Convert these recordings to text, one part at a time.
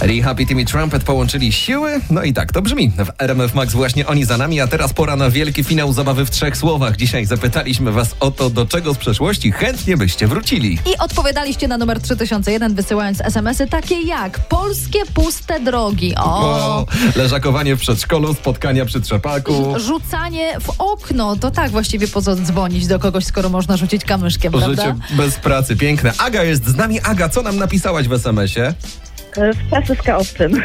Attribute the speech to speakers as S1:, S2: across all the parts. S1: Rehab i Timmy Trumpet połączyli siły? No i tak to brzmi. W RMF Max właśnie oni za nami, a teraz pora na wielki finał zabawy w trzech słowach. Dzisiaj zapytaliśmy was o to, do czego z przeszłości chętnie byście wrócili.
S2: I odpowiadaliście na numer 3001, wysyłając SMS-y takie jak polskie puste drogi. O!
S1: O, leżakowanie w przedszkolu, spotkania przy trzepaku.
S2: Rzucanie w okno, to tak właściwie po co dzwonić do kogoś, skoro można rzucić kamyszkiem,
S1: Życie
S2: prawda?
S1: bez pracy, piękne. Aga jest z nami. Aga, co nam napisałaś w SMS-ie?
S3: E, W czasie z kaowcem.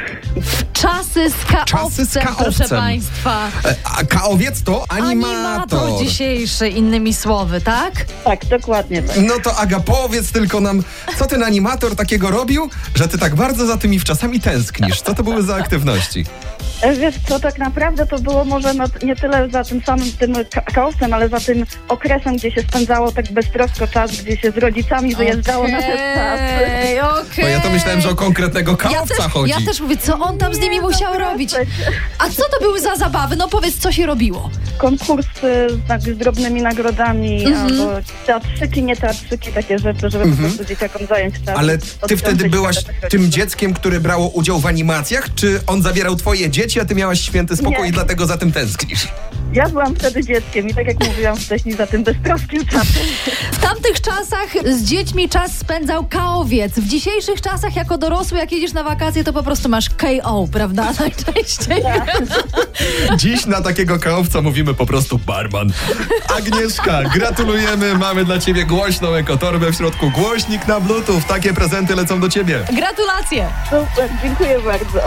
S2: Czasy z
S1: Czasy
S2: kaowcem,
S1: z
S2: proszę
S1: kaowcem.
S2: Państwa.
S1: E, A kaowiec to animator.
S2: Animator dzisiejszy, innymi słowy, tak?
S3: Tak, dokładnie tak.
S1: No to Aga, powiedz tylko nam, co ten animator takiego robił, że ty tak bardzo za tymi wczasami tęsknisz. Co to były za aktywności?
S3: E, Wiesz co, tak naprawdę to było może no, nie tyle za tym samym tym ka- kaowcem, ale za tym okresem, gdzie się spędzało tak beztrosko czas, gdzie się z rodzicami wyjeżdżało na te czasy.
S2: Okej, okej.
S1: Bo ja to myślałem, że o konkretnego
S2: ja
S1: kaowca
S2: też,
S1: chodzi.
S2: ja też mówię, co on tam z nimi
S3: Nie, no
S2: musiał
S3: naprawdę.
S2: robić. A co to były za zabawy? No powiedz, co się robiło?
S3: Konkursy z, tak, z drobnymi nagrodami,
S2: Mhm.
S3: albo teatrzyki, nie teatrzyki, takie rzeczy, żeby po prostu dzieciakom zająć czas.
S1: Mhm. Ale ty
S3: Odciążyć
S1: wtedy
S3: się tak
S1: byłaś
S3: od tych
S1: tym
S3: rodziców.
S1: dzieckiem, które brało udział w animacjach? Czy on zabierał twoje dzieci, a ty miałaś święty spokój
S3: Nie.
S1: i dlatego za tym tęsknisz?
S3: Ja byłam wtedy dzieckiem i tak jak mówiłam wcześniej, za tym beztroskim czasem.
S2: W tamtych czasach z dziećmi czas spędzał kaowiec. W dzisiejszych czasach jako dorosły, jak jedziesz na wakacje, to po prostu masz KO, prawda? Najczęściej.
S1: Dziś na takiego kaowca mówimy po prostu barman. Agnieszka, gratulujemy. Mamy dla ciebie głośną ekotorbę, w środku głośnik na bluetooth. Takie prezenty lecą do ciebie.
S2: Gratulacje!
S3: Super, dziękuję e, bardzo.